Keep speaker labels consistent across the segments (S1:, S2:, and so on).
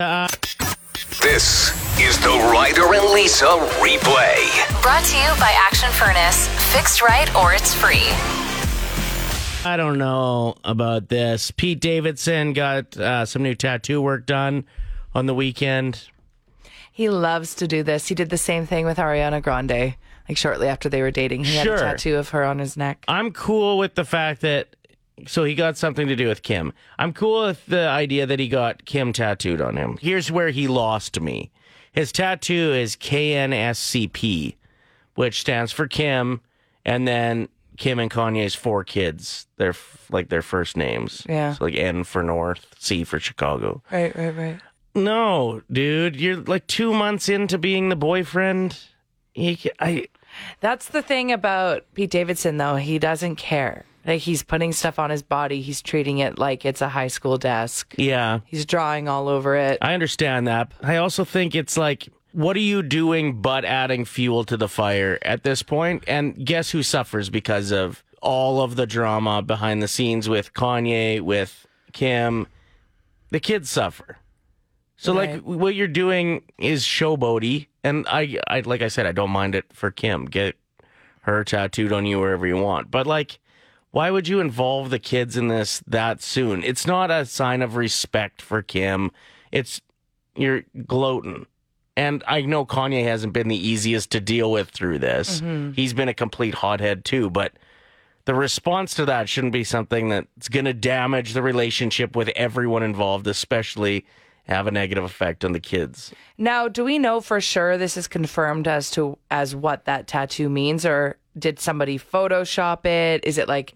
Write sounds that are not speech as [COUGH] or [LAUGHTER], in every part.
S1: Uh,
S2: This is the Ryder and Lisa replay.
S3: Brought to you by Action Furnace. Fixed right or it's free.
S1: I don't know about this. Pete Davidson got uh, some new tattoo work done on the weekend.
S4: He loves to do this. He did the same thing with Ariana Grande, like shortly after they were dating. He
S1: Sure. Uh,
S4: had a tattoo of her on his neck.
S1: I'm cool with the fact that. So he got something to do with Kim. I'm cool with the idea that he got Kim tattooed on him. Here's where he lost me. His tattoo is KNSCP, which stands for Kim, and then Kim and Kanye's four kids. They're f- like their first names.
S4: Yeah.
S1: So like N for North, C for Chicago.
S4: Right, right, right.
S1: No, dude, you're like two months into being the boyfriend. He, ca- I,
S4: That's the thing about Pete Davidson, though. He doesn't care. Like he's putting stuff on his body. He's treating it like it's a high school desk.
S1: yeah,
S4: He's drawing all over it.
S1: I understand that. I also think it's like, what are you doing but adding fuel to the fire at this point? And guess who suffers because of all of the drama behind the scenes with Kanye, with Kim? The kids suffer. So like
S4: Right.
S1: what you're doing is showboaty, and I, I like I said, I don't mind it for Kim. Get her tattooed on you wherever you want, but like, why would you involve the kids in this that soon? It's not a sign of respect for Kim. It's you're gloating, and I know Kanye hasn't been the easiest to deal with through this. He's been a complete hothead too, but the response to that shouldn't be something that's going to damage the relationship with everyone involved, especially have a negative effect on the kids.
S4: Now, do we know for sure this is confirmed as to as what that tattoo means, or did somebody Photoshop it? Is it like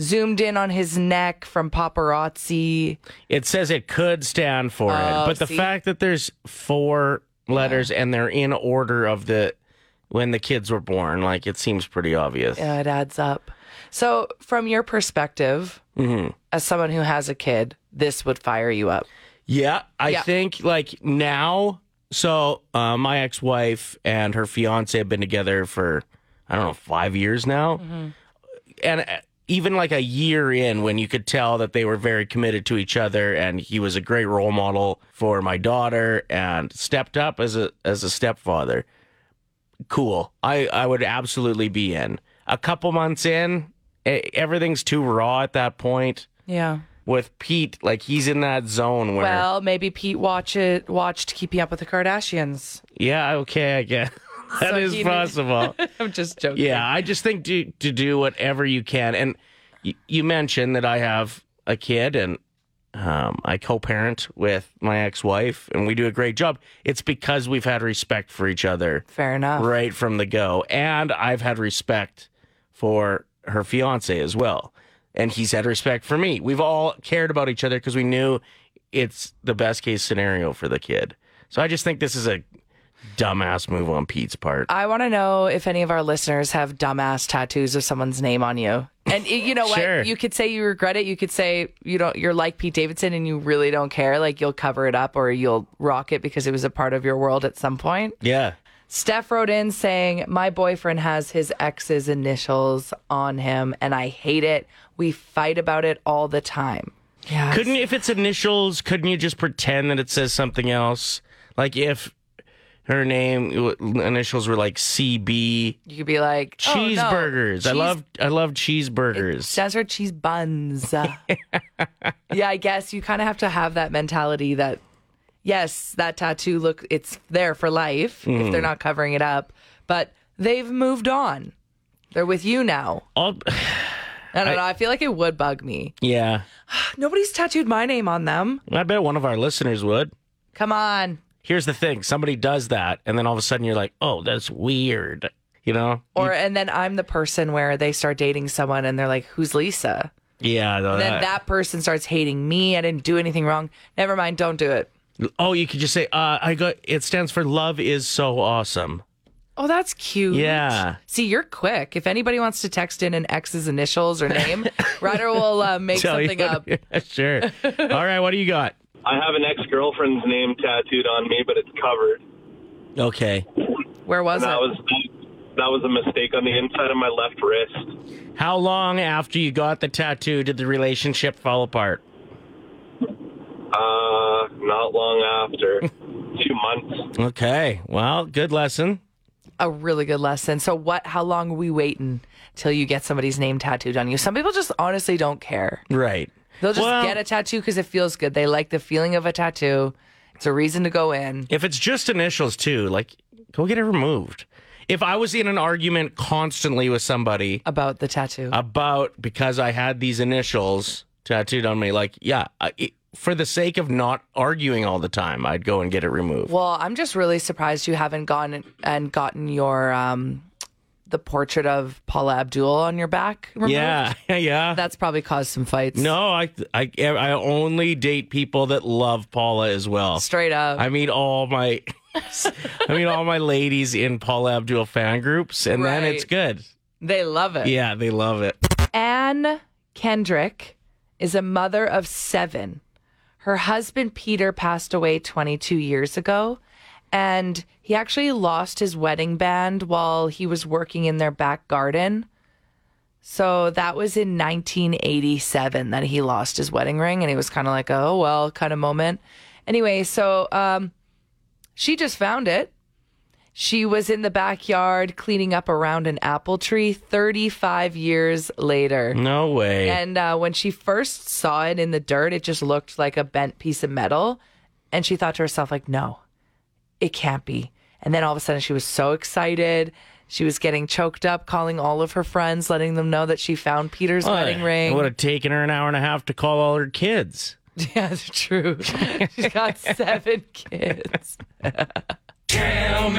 S4: zoomed in on his neck from paparazzi?
S1: It says it could stand for it,
S4: Oh,
S1: but the
S4: see?
S1: fact that there's four letters and they're in order of the when the kids were born, like it seems pretty obvious.
S4: Yeah, it adds up. So, from your perspective,
S1: Mm-hmm.
S4: as someone who has a kid, this would fire you up.
S1: Yeah, I
S4: Yeah.
S1: think like now. So uh, my ex-wife and her fiance have been together for I don't know five years now, and uh, even like a year in, when you could tell that they were very committed to each other, and he was a great role model for my daughter, and stepped up as a as a stepfather. Cool, I I would absolutely be in. A couple months in, e- everything's too raw at that point.
S4: Yeah.
S1: With Pete, like he's in that zone where.
S4: Well, maybe Pete watch it, watched Keeping Up with the Kardashians.
S1: Yeah, okay, I guess. [LAUGHS] that
S4: [LAUGHS] So
S1: is
S4: he did-
S1: possible.
S4: [LAUGHS] I'm just joking.
S1: yeah, I just think to, to do whatever you can. And y- you mentioned that I have a kid and um, I co parent with my ex wife, and we do a great job. It's because we've had respect for each other
S4: Fair enough.
S1: right from the go. And I've had respect for her fiance as well. And he's had respect for me. We've all cared about each other because we knew it's the best case scenario for the kid. So I just think this is a dumbass move on Pete's part.
S4: I want to know if any of our listeners have dumbass tattoos of someone's name on you. And y- you know what?
S1: Sure.
S4: You could say you regret it. You could say you don't. You're like Pete Davidson, and you really don't care. Like you'll cover it up or you'll rock it because it was a part of your world at some point.
S1: yeah.
S4: Steph wrote in saying, My boyfriend has his ex's initials on him and I hate it. We fight about it all the time. Yeah.
S1: Couldn't if it's initials, couldn't you just pretend that it says something else? Like if her name initials were like CB
S4: you could be like "Oh, no,
S1: cheeseburgers. I
S4: cheese-
S1: love I love cheeseburgers.
S4: Stands for
S1: [LAUGHS]
S4: cheese buns. yeah, I guess you kind of have to have that mentality that, yes, that tattoo look, it's there for life if
S1: Mm.
S4: they're not covering it up, but they've moved on. They're with you now.
S1: All, [SIGHS]
S4: I don't know. I feel like it would bug me.
S1: yeah.
S4: Nobody's tattooed my name on them.
S1: I bet one of our listeners would.
S4: Come on.
S1: Here's the thing somebody does that, and then all of a sudden you're like, oh, that's weird. You know?
S4: Or and then I'm the person where they start dating someone and they're like, "Who's Lisa?"
S1: Yeah. no,
S4: And then that person starts hating me. I didn't do anything wrong. Never mind. Don't do it.
S1: oh, you could just say, uh, I got it stands for love is so awesome.
S4: Oh, that's cute. [LAUGHS]
S1: Yeah.
S4: See, you're quick. If anybody wants to text in an ex's initials
S1: [LAUGHS]
S4: or name, Ryder will uh, make
S1: Tell you
S4: something
S1: what- [LAUGHS]
S4: up.
S1: sure. all right. What do you got?
S5: I have an ex girlfriend's name tattooed on me, but it's covered.
S1: Okay.
S4: Where was
S5: And that
S4: it?
S5: was that was a mistake on the inside of my left wrist.
S1: How long after you got the tattoo did the relationship fall apart?
S5: Uh, not long after, two months.
S1: Okay. Well, good lesson.
S4: a really good lesson. So what how long are we waiting till you get somebody's name tattooed on you? Some people just honestly don't care.
S1: Right.
S4: They'll just
S1: Well-
S4: get a tattoo because it feels good. They like the feeling of a tattoo. It's a reason to go in.
S1: If it's just initials too, like go get it removed. If I was in an argument constantly with somebody
S4: About the tattoo.
S1: about because I had these initials tattooed on me, like yeah, I, it- for the sake of not arguing all the time, I'd go and get it removed.
S4: well, I'm just really surprised you haven't gone and gotten your um the portrait of Paula Abdul on your back removed.
S1: yeah, [LAUGHS] yeah.
S4: That's probably caused some fights.
S1: no, I, I I only date people that love Paula as well.
S4: Straight up.
S1: I mean all my [LAUGHS] I mean all my ladies in Paula Abdul fan groups and then
S4: Right.
S1: it's good.
S4: they love it.
S1: Yeah, they love it.
S4: Anne Kendrick is a mother of seven. Her husband, Peter, passed away 22 years ago, and he actually lost his wedding band while he was working in their back garden. So that was in 1987 that he lost his wedding ring, and it was kind of like, a, oh, well, kind of moment. Anyway, so um, she just found it. She was in the backyard cleaning up around an apple tree 35 years later.
S1: No way.
S4: And uh, when she first saw it in the dirt, it just looked like a bent piece of metal. And she thought to herself, like, no, it can't be. And then all of a sudden, she was so excited. She was getting choked up, calling all of her friends, letting them know that she found Peter's
S1: Well,
S4: wedding
S1: It
S4: ring.
S1: would have taken her an hour and a half to call all her
S4: [LAUGHS]
S1: kids.
S4: yeah, it's true. She's got seven kids.
S1: My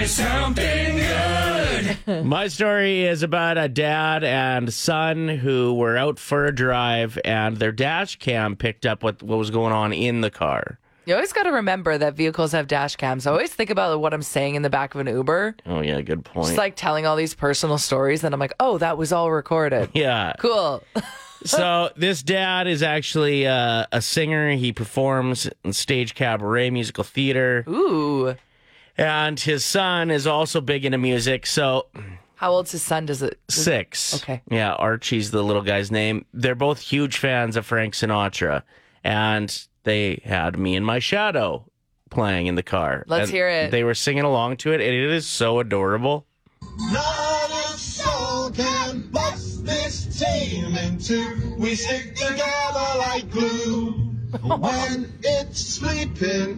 S1: story is about a dad and son who were out for a drive, and their dash cam picked up what, what was going on in the car.
S4: You always got to remember that vehicles have dash cams. I always think about what I'm saying in the back of an Uber.
S1: Oh yeah, good point.
S4: It's like telling all these personal stories, and I'm like, oh, that was all recorded.
S1: [LAUGHS] yeah.
S4: Cool.
S1: So this dad is actually uh, a singer. He performs in stage cabaret, musical theater,
S4: Ooh.
S1: and his son is also big into music. So
S4: How old's his son? Does it?
S1: Six.
S4: Okay.
S1: Yeah, Archie's the little guy's name. They're both huge fans of Frank Sinatra, and they had me and my shadow playing in the car.
S4: Let's
S1: And
S4: hear it.
S1: They were singing along to it, and it is so adorable.
S6: Not a soul can bust this team in two. We stick together like glue. When it's sleeping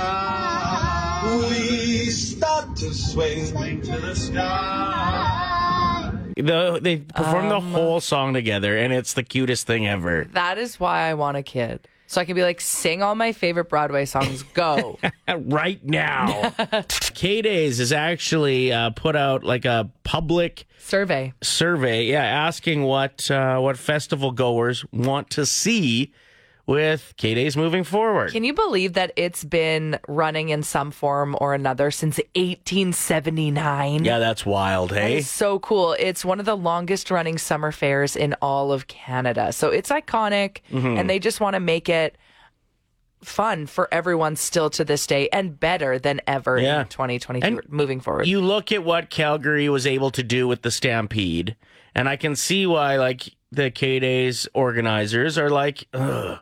S6: time, we start to swing to the sky.
S1: The, they performed
S4: Um,
S1: the whole song together, and it's the cutest thing ever.
S4: That is why I want a kid. So I can be like, sing all my favorite Broadway songs. Go.
S1: [LAUGHS] Uh, right
S4: [LAUGHS]
S1: now. K Days has actually uh, put out like a public
S4: Survey.
S1: survey, yeah, asking what uh, what festival goers want to see with K Days moving forward.
S4: Can you believe that it's been running in some form or another since 1879?
S1: yeah, that's wild, hey?
S4: It's so cool. It's one of the longest running summer fairs in all of Canada. So it's iconic
S1: Mm-hmm.
S4: and they just want to make it fun for everyone still to this day and better than ever
S1: Yeah.
S4: in 2023
S1: And
S4: moving forward.
S1: you look at what Calgary was able to do with the Stampede, and I can see why like the K Days organizers are like, Ugh,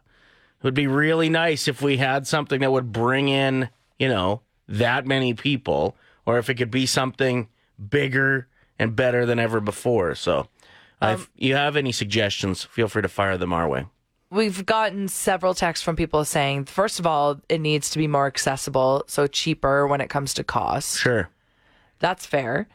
S1: it would be really nice if we had something that would bring in, you know, that many people, or if it could be something bigger and better than ever before. So, if you have any suggestions, feel free to fire them our way.
S4: we've gotten several texts from people saying, first of all, it needs to be more accessible, so cheaper when it comes to cost.
S1: Sure.
S4: That's fair.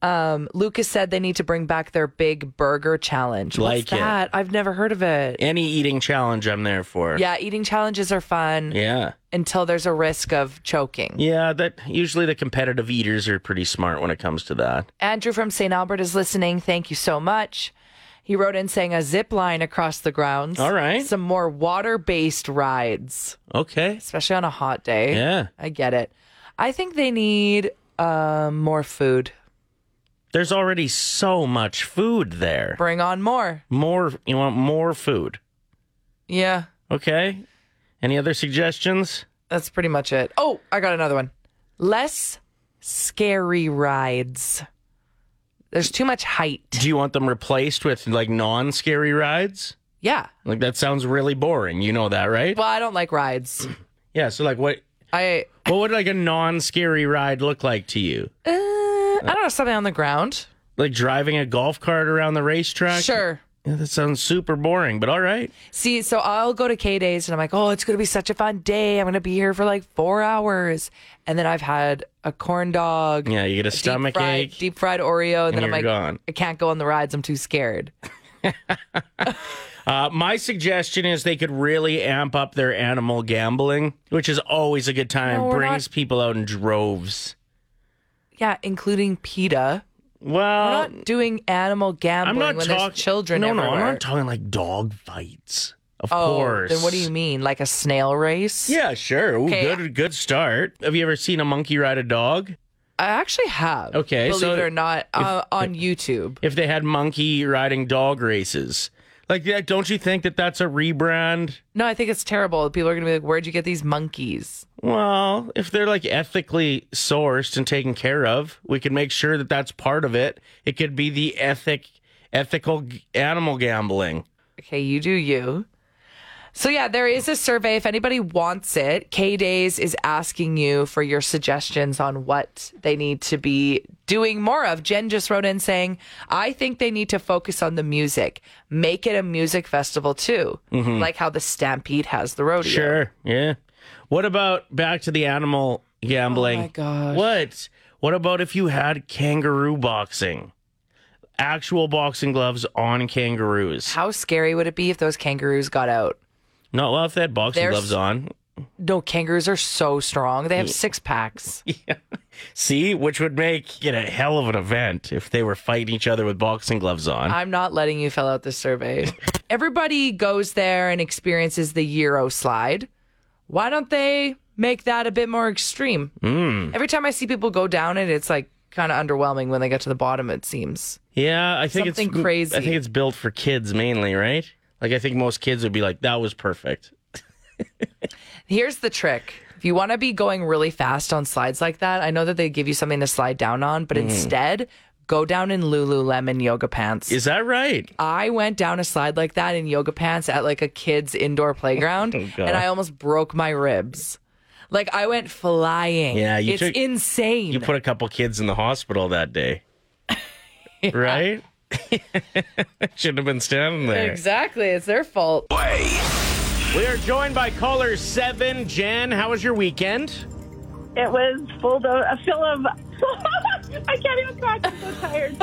S4: Um, Lucas said they need to bring back their big burger challenge.
S1: Like
S4: What's
S1: it.
S4: that? I've never heard of it.
S1: Any eating challenge, I'm there for.
S4: Yeah, eating challenges are fun
S1: Yeah.
S4: until there's a risk of choking.
S1: Yeah, that usually the competitive eaters are pretty smart when it comes to that.
S4: Andrew from St. Albert is listening. Thank you so much. He wrote in saying a zip line across the grounds.
S1: All right.
S4: Some more water based rides,
S1: Okay.
S4: especially on a hot day.
S1: Yeah.
S4: I get it. I think they need uh, more food.
S1: There's already so much food there.
S4: Bring on more.
S1: More you want more food.
S4: Yeah,
S1: Okay? Any other suggestions?
S4: that's pretty much it. Oh, I got another one. Less scary rides. There's too much height.
S1: Do you want them replaced with like non-scary rides?
S4: Yeah.
S1: Like that sounds really boring. You know that, right?
S4: Well, I don't like rides.
S1: yeah. So like, what
S4: I
S1: what would like a non-scary ride look like to you?
S4: uh, I don't know something on the ground.
S1: Like driving a golf cart around the racetrack?
S4: Sure.
S1: Yeah, that sounds super boring, but all right.
S4: See, so I'll go to K days and I'm like, oh, it's gonna be such a fun day. I'm gonna be here for like four hours, and then I've had a corn dog,
S1: Yeah, you get a stomach
S4: deep fried,
S1: ache.
S4: deep fried Oreo, and,
S1: And
S4: then I'm like,
S1: you're gone.
S4: I can't go on the rides. I'm too scared.
S1: Uh, my suggestion is they could really amp up their animal gambling, which is always a good time.
S4: No, we're
S1: Brings people out in droves.
S4: Yeah, including PETA. We're
S1: Well,
S4: not doing animal
S1: I'm
S4: gambling
S1: not
S4: when
S1: talking
S4: there's children
S1: No, no, I'm
S4: everywhere.
S1: not talking like dog fights. Of
S4: oh,
S1: course.
S4: then what do you mean, like a snail race?
S1: Yeah, sure. Ooh,
S4: Okay.
S1: Good, good start. Have you ever seen a monkey ride a dog?
S4: I actually have.
S1: Okay,
S4: believe
S1: so
S4: it or not, uh, on YouTube.
S1: If they had monkey riding dog races, like, yeah, don't you think that that's a rebrand?
S4: No, I think it's terrible. People are gonna be like, "Where'd you get these monkeys?"
S1: Well, if they're like ethically sourced and taken care of, we could make sure that that's part of it. It could be the ethic, ethical g- animal gambling.
S4: Okay, you do you. So yeah, there is a survey. If anybody wants it, K Days is asking you for your suggestions on what they need to be doing more of. Jen just wrote in saying, "I think they need to focus on the music. Make it a music festival too, like how the Stampede has the rodeo."
S1: Sure. Yeah. What about back to the animal gambling?
S4: Oh my gosh.
S1: What? What about if you had kangaroo boxing? Actual boxing gloves on kangaroos.
S4: How scary would it be if those kangaroos got out?
S1: Not well if they had boxing
S4: There's-
S1: gloves on.
S4: No, kangaroos are so strong. They have six packs.
S1: See, which would make it a hell of an event if they were fighting each other with boxing gloves on.
S4: I'm not letting you fill out this survey. Everybody goes there and experiences the Euro slide. Why don't they make that a bit more extreme? Mm. Every time I see people go down it, it's like kind of underwhelming when they get to the bottom, it seems.
S1: yeah, I think it's
S4: Something crazy.
S1: I think it's built for kids mainly, right? Like I think most kids would be like, "That was perfect."
S4: Here's the trick. If you want to be going really fast on slides like that, I know that they give you something to slide down on, but instead, go down in Lululemon yoga pants.
S1: Is that right?
S4: I went down a slide like that in yoga pants at like a kid's
S1: [LAUGHS]
S4: indoor playground
S1: Oh, God.
S4: and I almost broke my ribs. Like I went flying.
S1: Yeah, you
S4: it's
S1: took-
S4: insane.
S1: You put a couple kids in the hospital that
S4: [LAUGHS]
S1: day, right? [LAUGHS] Shouldn't have been standing there.
S4: exactly. It's their fault.
S2: Way.
S1: We are joined by caller seven, Jen. How was your weekend?
S7: It was full of a fill of. [LAUGHS] I can't even talk. I'm so tired.
S4: [LAUGHS]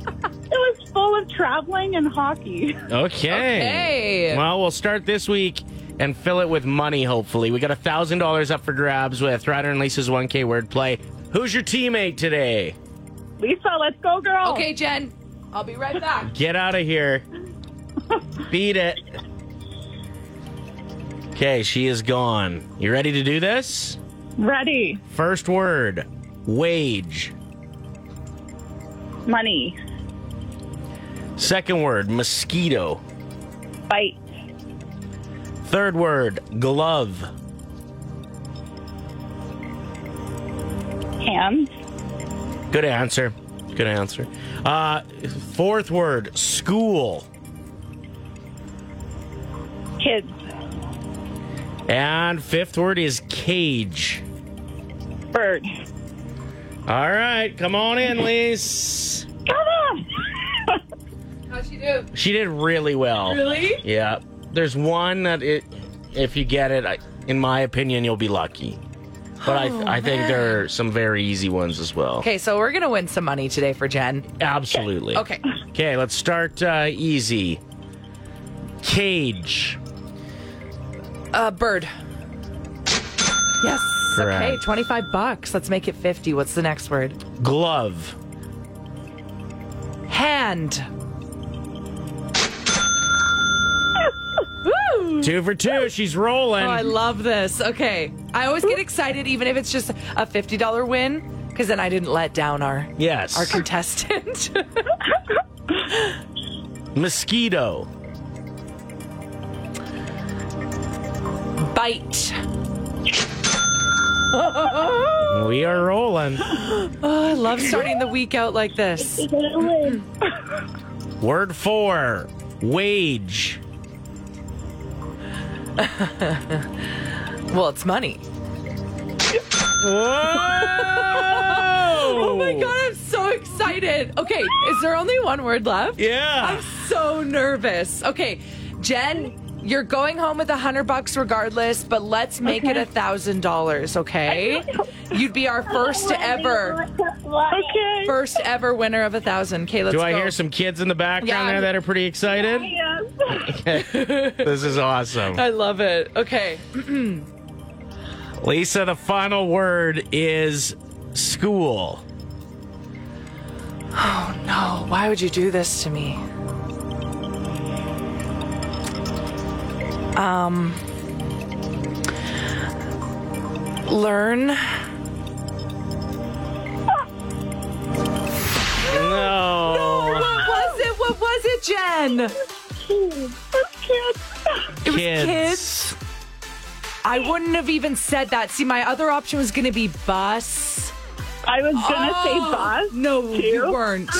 S7: it was full of traveling and hockey.
S1: Okay.
S4: Okay.
S1: Well, we'll start this week and fill it with money. Hopefully, we got a thousand dollars up for grabs with Ryder and Lisa's one K word play. Who's your teammate today?
S7: Lisa, let's go, girl.
S4: Okay, Jen. I'll be right back.
S1: Get out of here. Beat it. Okay, she is gone. You ready to do this?
S7: Ready.
S1: First word wage.
S7: Money.
S1: Second word mosquito.
S7: Bite.
S1: Third word glove.
S7: Hands.
S1: Good answer. Good answer. Uh, fourth word school.
S7: Kids.
S1: And fifth word is cage.
S7: Bird.
S1: All right, come on in, Lise.
S7: Come on.
S4: How'd she do?
S1: She did really well.
S7: really?
S1: Yeah. There's one that it, if you get it, I, in my opinion, you'll be lucky. But I, I think there are some very easy ones as well.
S4: Oh, Okay, so we're gonna win some money today for Jen.
S1: Absolutely.
S4: Okay.
S1: Okay, let's start uh, easy. Cage.
S4: Uh bird. Yes. Okay,
S1: Correct.
S4: twenty five bucks. Let's make it fifty. What's the next word?
S1: Glove.
S4: Hand.
S1: Two for two. She's rolling.
S4: Oh, I love this. Okay. I always get excited, even if it's just a $50 win, because then I didn't let down our,
S1: yes.
S4: our contestant. [LAUGHS]
S1: Mosquito.
S4: Bite.
S1: We are rolling.
S4: Oh, I love starting the week out like this.
S1: Word four. Wage.
S4: Well, it's money.
S1: [LAUGHS] Oh
S4: Oh my god, I'm so excited. Okay, is there only one word left?
S1: Yeah.
S4: I'm so nervous. Okay, Jen, you're going home with a hundred bucks regardless, but let's make it
S7: Okay.
S4: a thousand dollars, okay? You'd be our [LAUGHS] first ever,
S7: Okay.
S4: first ever winner of a thousand. Okay, let's
S1: Do
S4: go.
S1: I hear some kids in the background
S4: Yeah.
S1: there that are pretty excited?
S7: Yes.
S1: This is awesome.
S4: I love it. Okay.
S1: Lisa, the final word is school.
S4: No, Oh, why would you do this to me? Um, Um, learn.
S1: No.
S4: What was it? What was it, Jen? It
S7: Kids.
S4: was
S1: Kids.
S4: kids. I wouldn't have even said that. See, my other option was going to be bus.
S7: I was gonna
S4: Oh,
S7: say boss.
S4: No, you
S7: too.
S4: weren't.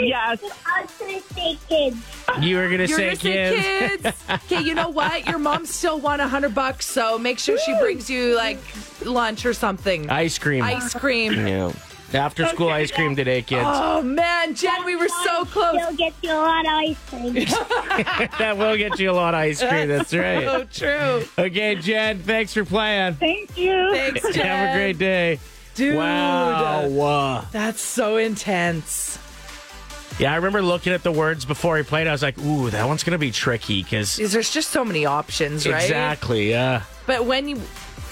S7: Yes.
S8: I was gonna say kids.
S1: You were gonna
S4: You're
S1: say
S4: gonna
S1: kids.
S4: say kids. Okay, you know what? Your mom still won a hundred bucks, so make sure she brings you like lunch or something.
S1: Ice cream.
S4: Ice cream.
S1: Yeah. After school ice cream today, kids.
S4: Oh man, Jen, we were so close.
S8: You'll get you a lot of ice
S4: [LAUGHS]
S8: cream.
S1: That will get you a lot of ice cream. That's right.
S4: So Oh, true.
S1: Okay, Jen, thanks for playing.
S7: Thank you.
S4: Thanks, Jen.
S1: [LAUGHS] Have a great day.
S4: dude.
S1: Wow. Wow.
S4: That's so intense.
S1: Yeah, I remember looking at the words before he played. I was like, ooh, that one's going to be tricky because.
S4: Because there's just so many options, right?
S1: Exactly, yeah.
S4: But when you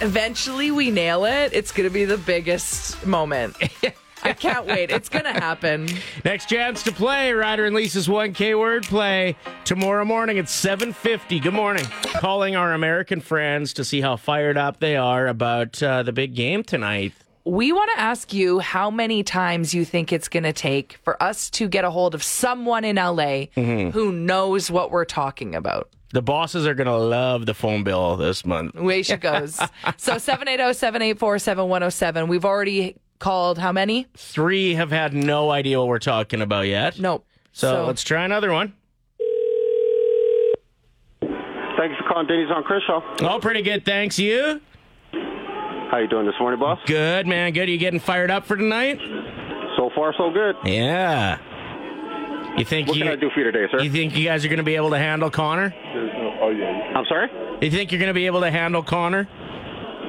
S4: eventually we nail it, it's gonna be the biggest moment. [LAUGHS] I can't wait. It's gonna happen.
S1: Next chance to play, Ryder and Lisa's 1K word play tomorrow morning at 7.50. Good morning. Calling our American friends to see how fired up they are about uh, the big game tonight.
S4: We want to ask you how many times you think it's going to take for us to get a hold of someone in LA
S1: Mm-hmm.
S4: who knows what we're talking about.
S1: The bosses are going to love the phone bill this month.
S4: Way she goes. so oh, 780-784-7107. We've already called how many?
S1: Three have had no idea what we're talking about yet.
S4: Nope.
S1: So, let's try another one.
S9: Thanks for calling Denny's on Kershaw.
S1: Oh, pretty good. Thanks. You?
S9: How you doing this morning, boss?
S1: Good, man. Good. You getting fired up for tonight?
S9: So far, so good.
S1: Yeah. You think
S9: What
S1: you,
S9: can I do for you today, sir?
S1: you think you guys are going to be able to handle Connor?
S9: oh yeah. I'm sorry.
S1: You think you're going to be able to handle Connor?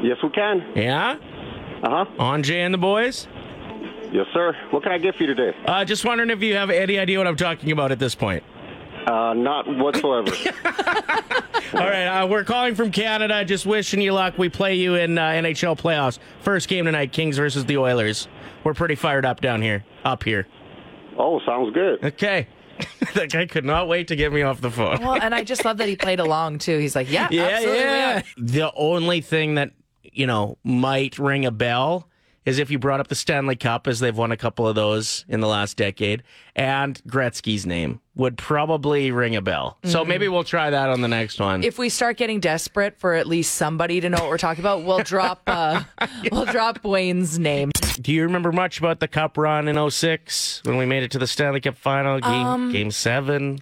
S9: Yes, we can.
S1: Yeah?
S9: Uh huh.
S1: Anjay and the boys?
S9: Yes, sir. What can I get for you today?
S1: Uh, just wondering if you have any idea what I'm talking about at this point.
S9: Uh, not whatsoever.
S1: All right, uh, we're calling from Canada. Just wishing you luck. We play you in uh, NHL playoffs. First game tonight, Kings versus the Oilers. We're pretty fired up down here. Up here.
S9: oh, sounds good.
S1: Okay. [LAUGHS] that guy could not wait to get me off the phone.
S4: Well, and I just love that he played along too. He's like, yeah,
S1: [LAUGHS] Yeah,
S4: absolutely.
S1: yeah. The only thing that you know might ring a bell is if you brought up the Stanley Cup, as they've won a couple of those in the last decade, and Gretzky's name would probably ring a bell. So maybe we'll try that on the next one.
S4: Mm-hmm. If we start getting desperate for at least somebody to know what we're talking about, we'll drop
S1: [LAUGHS]
S4: uh, we'll drop Wayne's name.
S1: Do you remember much about the Cup run in 06 when we made it to the Stanley Cup final, game,
S4: Um,
S1: game seven?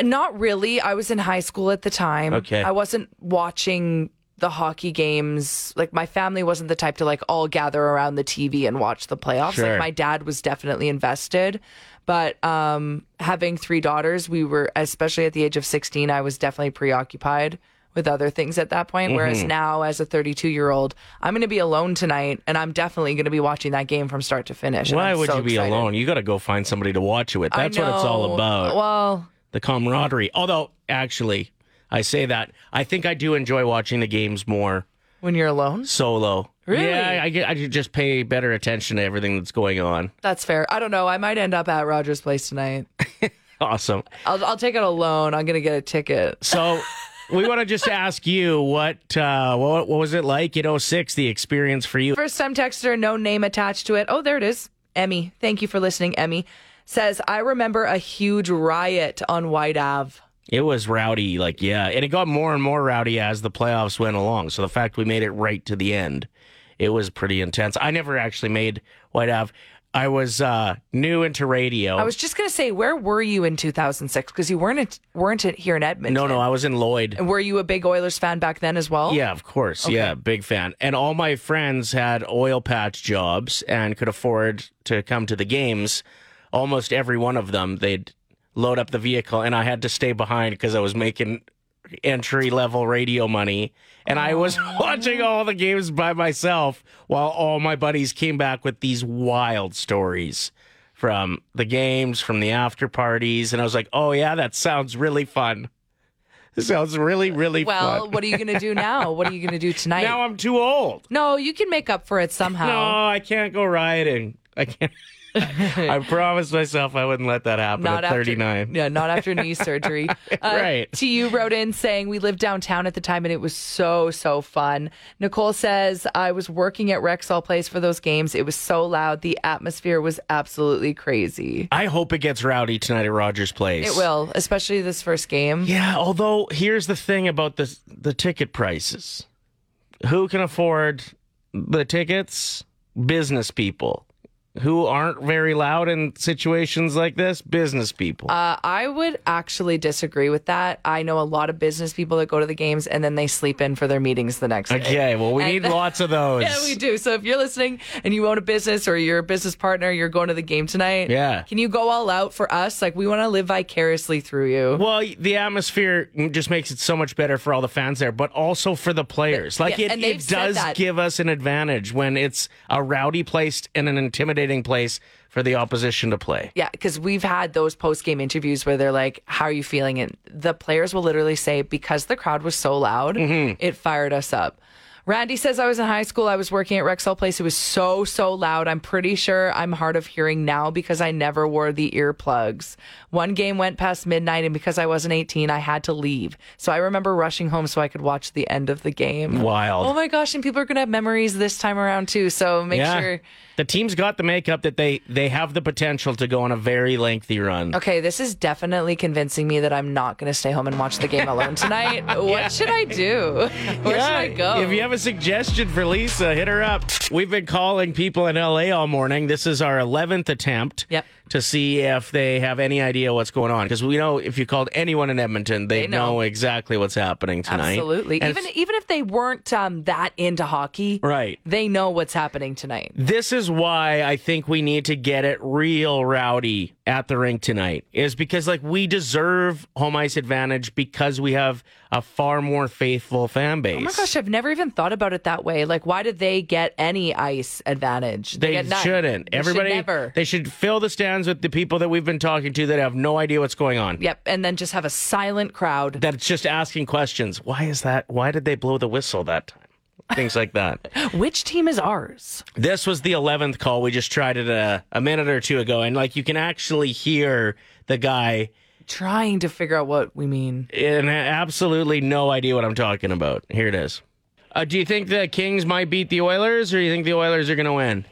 S4: Not really. I was in high school at the time.
S1: Okay.
S4: I wasn't watching the hockey games. Like my family wasn't the type to like all gather around the TV and watch the playoffs.
S1: Sure.
S4: Like my dad was definitely invested. But um having three daughters, we were especially at the age of 16, I was definitely preoccupied with other things at that point whereas
S1: Mm-hmm.
S4: now as a 32 year old i'm going to be alone tonight and i'm definitely going to be watching that game from start to finish and
S1: Why
S4: I'm
S1: would
S4: so
S1: you be
S4: excited.
S1: alone? You got to go find somebody to watch it with.
S4: I
S1: That's what it's all
S4: know.
S1: about.
S4: well
S1: the camaraderie. Although, actually, I say that I think I do enjoy watching the games more
S4: when you're alone
S1: solo.
S4: Really?
S1: Yeah, I, get- I should just pay better attention to everything that's going on. [LAUGHS]
S4: That's fair. I don't know. I might end up at Roger's place tonight.
S1: Awesome.
S4: I'll, I'll take it alone. I'm gonna get a ticket.
S1: So. We want to just ask you what uh, what what was it like in 06, the experience for you?
S4: First time texter, no name attached to it. Oh, there it is. Emmy. Thank you for listening. Emmy says, I remember a huge riot on White Ave.
S1: It was rowdy, like yeah, and it got more and more rowdy as the playoffs went along. So the fact we made it right to the end, it was pretty intense. I never actually made White Ave. I was uh, new into radio.
S4: I was just gonna say, where were you in 2006? Because you weren't at- weren't at- here in Edmonton.
S1: no, no, I was in Lloyd.
S4: And were you a big Oilers fan back then as well?
S1: Yeah, of course. Yeah, big fan. And all my friends had oil patch jobs and could afford to come to the games. Almost every one of them, they'd load up the vehicle, and I had to stay behind because I was making entry level radio money. And I was [LAUGHS] watching all the games by myself while all my buddies came back with these wild stories from the games, from the after parties. And I was like, oh, yeah, that sounds really fun. It sounds really, really fun.
S4: Well, what are you gonna do now? What are you gonna do tonight?
S1: [LAUGHS] Now I'm too old.
S4: no, you can make up for it somehow.
S1: No, I can't go rioting. I
S4: [LAUGHS]
S1: can't. I promised myself I wouldn't let that happen
S4: not
S1: at
S4: after
S1: 39.
S4: Yeah, not
S1: [LAUGHS]
S4: after knee surgery. Uh,
S1: Right.
S4: To you wrote in saying we lived downtown at the time and it was so so fun. Nicole says I was working at Rexall Place for those games. It was so loud. The atmosphere was absolutely crazy.
S1: I hope it gets rowdy tonight at Rogers Place.
S4: It will, especially this first game.
S1: Yeah, although here's the thing about the the ticket prices. Who can afford the tickets? Business people. Who aren't very loud in situations like this? Business people.
S4: Uh, I would actually disagree with that. I know a lot of business people that go to the games and then they sleep in for their meetings the next day.
S1: okay, well we
S4: and-
S1: need lots of those.
S4: [LAUGHS] Yeah, we do. So if you're listening and you own a business or you're a business partner, you're going to the game tonight.
S1: Yeah.
S4: Can you go all out for us? Like, we want to live vicariously through you.
S1: Well, the atmosphere just makes it so much better for all the fans there, but also for the players. Like
S4: yeah,
S1: it,
S4: and they've
S1: it
S4: said
S1: does
S4: that.
S1: give us an advantage when it's a rowdy place and an intimidating place for the opposition to play.
S4: Yeah, because we've had those post game interviews where they're like, How are you feeling? And the players will literally say, Because the crowd was so loud,
S1: Mm-hmm.
S4: it fired us up. Randy says, I was in high school. I was working at Rexall Place. It was so, so loud. I'm pretty sure I'm hard of hearing now because I never wore the earplugs. One game went past midnight, and because I wasn't 18, I had to leave. So I remember rushing home so I could watch the end of the game.
S1: Wild.
S4: Oh my gosh. And people are going to have memories this time around, too. So make
S1: yeah.
S4: sure.
S1: The team's got the makeup that they they have the potential to go on a very lengthy run.
S4: Okay, this is definitely convincing me that I'm not going to stay home and watch the game
S1: [LAUGHS]
S4: alone tonight. What should I do? Where should I go?
S1: If you have a suggestion for Lisa, hit her up. We've been calling people in LA all morning. This is our 11th attempt
S4: Yep.
S1: to see if they have any idea what's going on. Because we know if you called anyone in Edmonton, they,
S4: They know.
S1: exactly what's happening tonight.
S4: Absolutely.
S1: And
S4: even e-
S1: it's-
S4: even if they weren't um, that into hockey,
S1: Right.
S4: They know what's happening tonight. Oh
S1: This is why I think we need to get it real rowdy at the rink tonight, is because, like, we deserve home ice advantage because we have a far more faithful fan base.
S4: Oh my gosh, I've never even thought about it that way. Like, why did they get any ice advantage?
S1: They
S4: get none.
S1: shouldn't.
S4: They should
S1: Everybody,
S4: never.
S1: they should fill the stands with the people that we've been talking to that have no idea what's going on.
S4: yep, and then just have a silent crowd.
S1: That's just asking questions. Why is that? Why did they blow the whistle that time? Things like
S4: [LAUGHS]
S1: that.
S4: Which team is ours?
S1: this was the 11th call. We just tried it a, a minute or two ago. And like you can actually hear the guy
S4: Trying to figure out what we mean.
S1: and absolutely no idea what I'm talking about. Here it is. Uh, do you think the Kings might beat the Oilers or do you think the Oilers are going to win?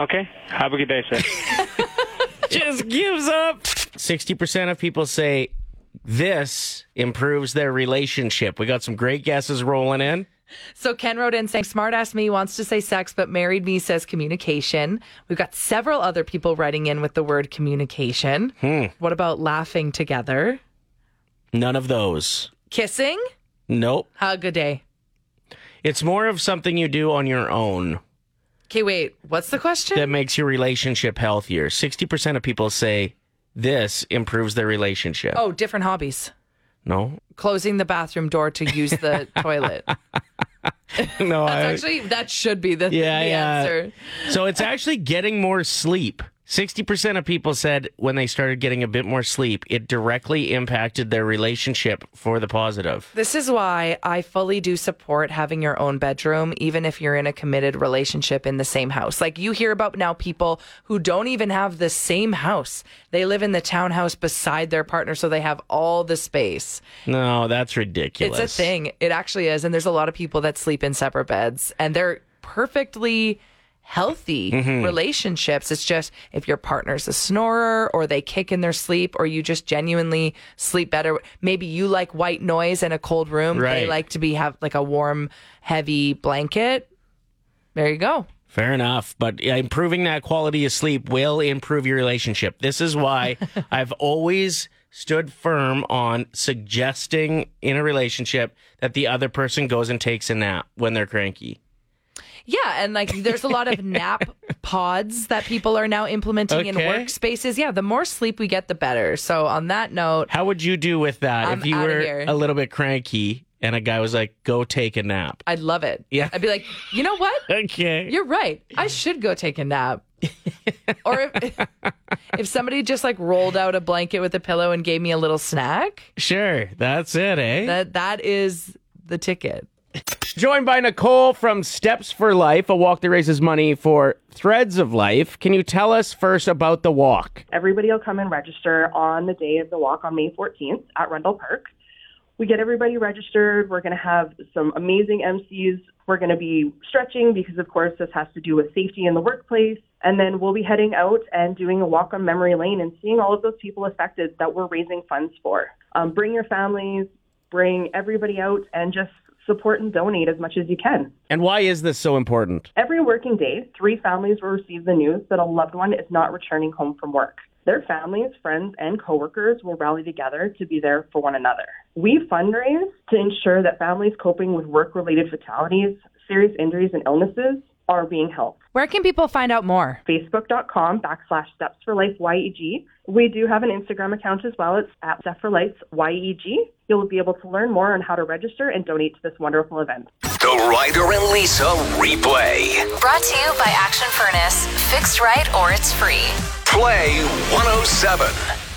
S9: Okay. Have a good day, sir.
S1: just gives up. 60% of people say this improves their relationship. We got some great guesses rolling in.
S4: So Ken wrote in saying, "Smart ass me wants to say sex, but married me says communication." We've got several other people writing in with the word communication.
S1: Hmm.
S4: What about laughing together,
S1: None of those.
S4: kissing,
S1: Nope.
S4: hug a day?
S1: It's more of something you do on your own
S4: Okay, wait. What's the question?
S1: that makes your relationship healthier. 60% of people say this improves their relationship.
S4: oh, different hobbies.
S1: No. [LAUGHS]
S4: Closing the bathroom door to use the toilet.
S1: no, I,
S4: Actually, that should be the,
S1: Yeah,
S4: the
S1: yeah.
S4: answer.
S1: So it's actually getting more sleep. 60% of people said when they started getting a bit more sleep, it directly impacted their relationship for the positive.
S4: This is why I fully do support having your own bedroom, even if you're in a committed relationship in the same house. Like you hear about now people who don't even have the same house. They live in the townhouse beside their partner, so they have all the space.
S1: No, that's ridiculous.
S4: It's a thing. It actually is. And there's a lot of people that sleep in separate beds and they're perfectly healthy
S1: Mm-hmm.
S4: relationships. It's just if your partner's a snorer or they kick in their sleep or you just genuinely sleep better. Maybe you like white noise and a cold room. They
S1: Right.
S4: like to be have like a warm, heavy blanket. There you go.
S1: Fair enough, but improving that quality of sleep will improve your relationship. This is
S4: [LAUGHS]
S1: why I've always stood firm on suggesting in a relationship that the other person goes and takes a nap when they're cranky.
S4: Yeah, and like there's a
S1: [LAUGHS]
S4: lot of nap pods that people are now implementing in
S1: Okay.
S4: workspaces. Yeah, the more sleep we get, the better. So on that note,
S1: How would you do with that
S4: I'm
S1: if you
S4: outta
S1: were
S4: here.
S1: a little bit cranky and a guy was like, "Go take a nap"?
S4: I'd love it.
S1: Yeah.
S4: I'd be like, you know what?
S1: Okay.
S4: You're right. I should go take a nap. or if, [LAUGHS] if somebody just like rolled out a blanket with a pillow and gave me a little snack,
S1: sure, that's it, eh?
S4: that that is the ticket.
S1: Joined by Nicole from Steps for Life, a walk that raises money for Threads of Life. Can you tell us first about the walk?
S10: Everybody will come and register on the day of the walk on May 14th at Rundle Park. We get everybody registered. We're going to have some amazing MCs. We're going to be stretching because, of course, this has to do with safety in the workplace. And then we'll be heading out and doing a walk on memory lane and seeing all of those people affected that we're raising funds for. Um, bring your families, bring everybody out, and just support and donate as much as you can.
S1: And why is this so important?
S10: Every working day, three families will receive the news that a loved one is not returning home from work. Their families, friends, and coworkers will rally together to be there for one another. We fundraise to ensure that families coping with work related fatalities, serious injuries, and illnesses are being helped.
S4: Where can people find out more?
S10: Facebook.com backslash Steps for Life YEG. We do have an Instagram account as well. It's at Steps for Lights YEG. You'll be able to learn more on how to register and donate to this wonderful event.
S2: The Ryder and Lisa replay.
S3: Brought to you by Action Furnace. Fixed right or it's free.
S2: oh Play 107.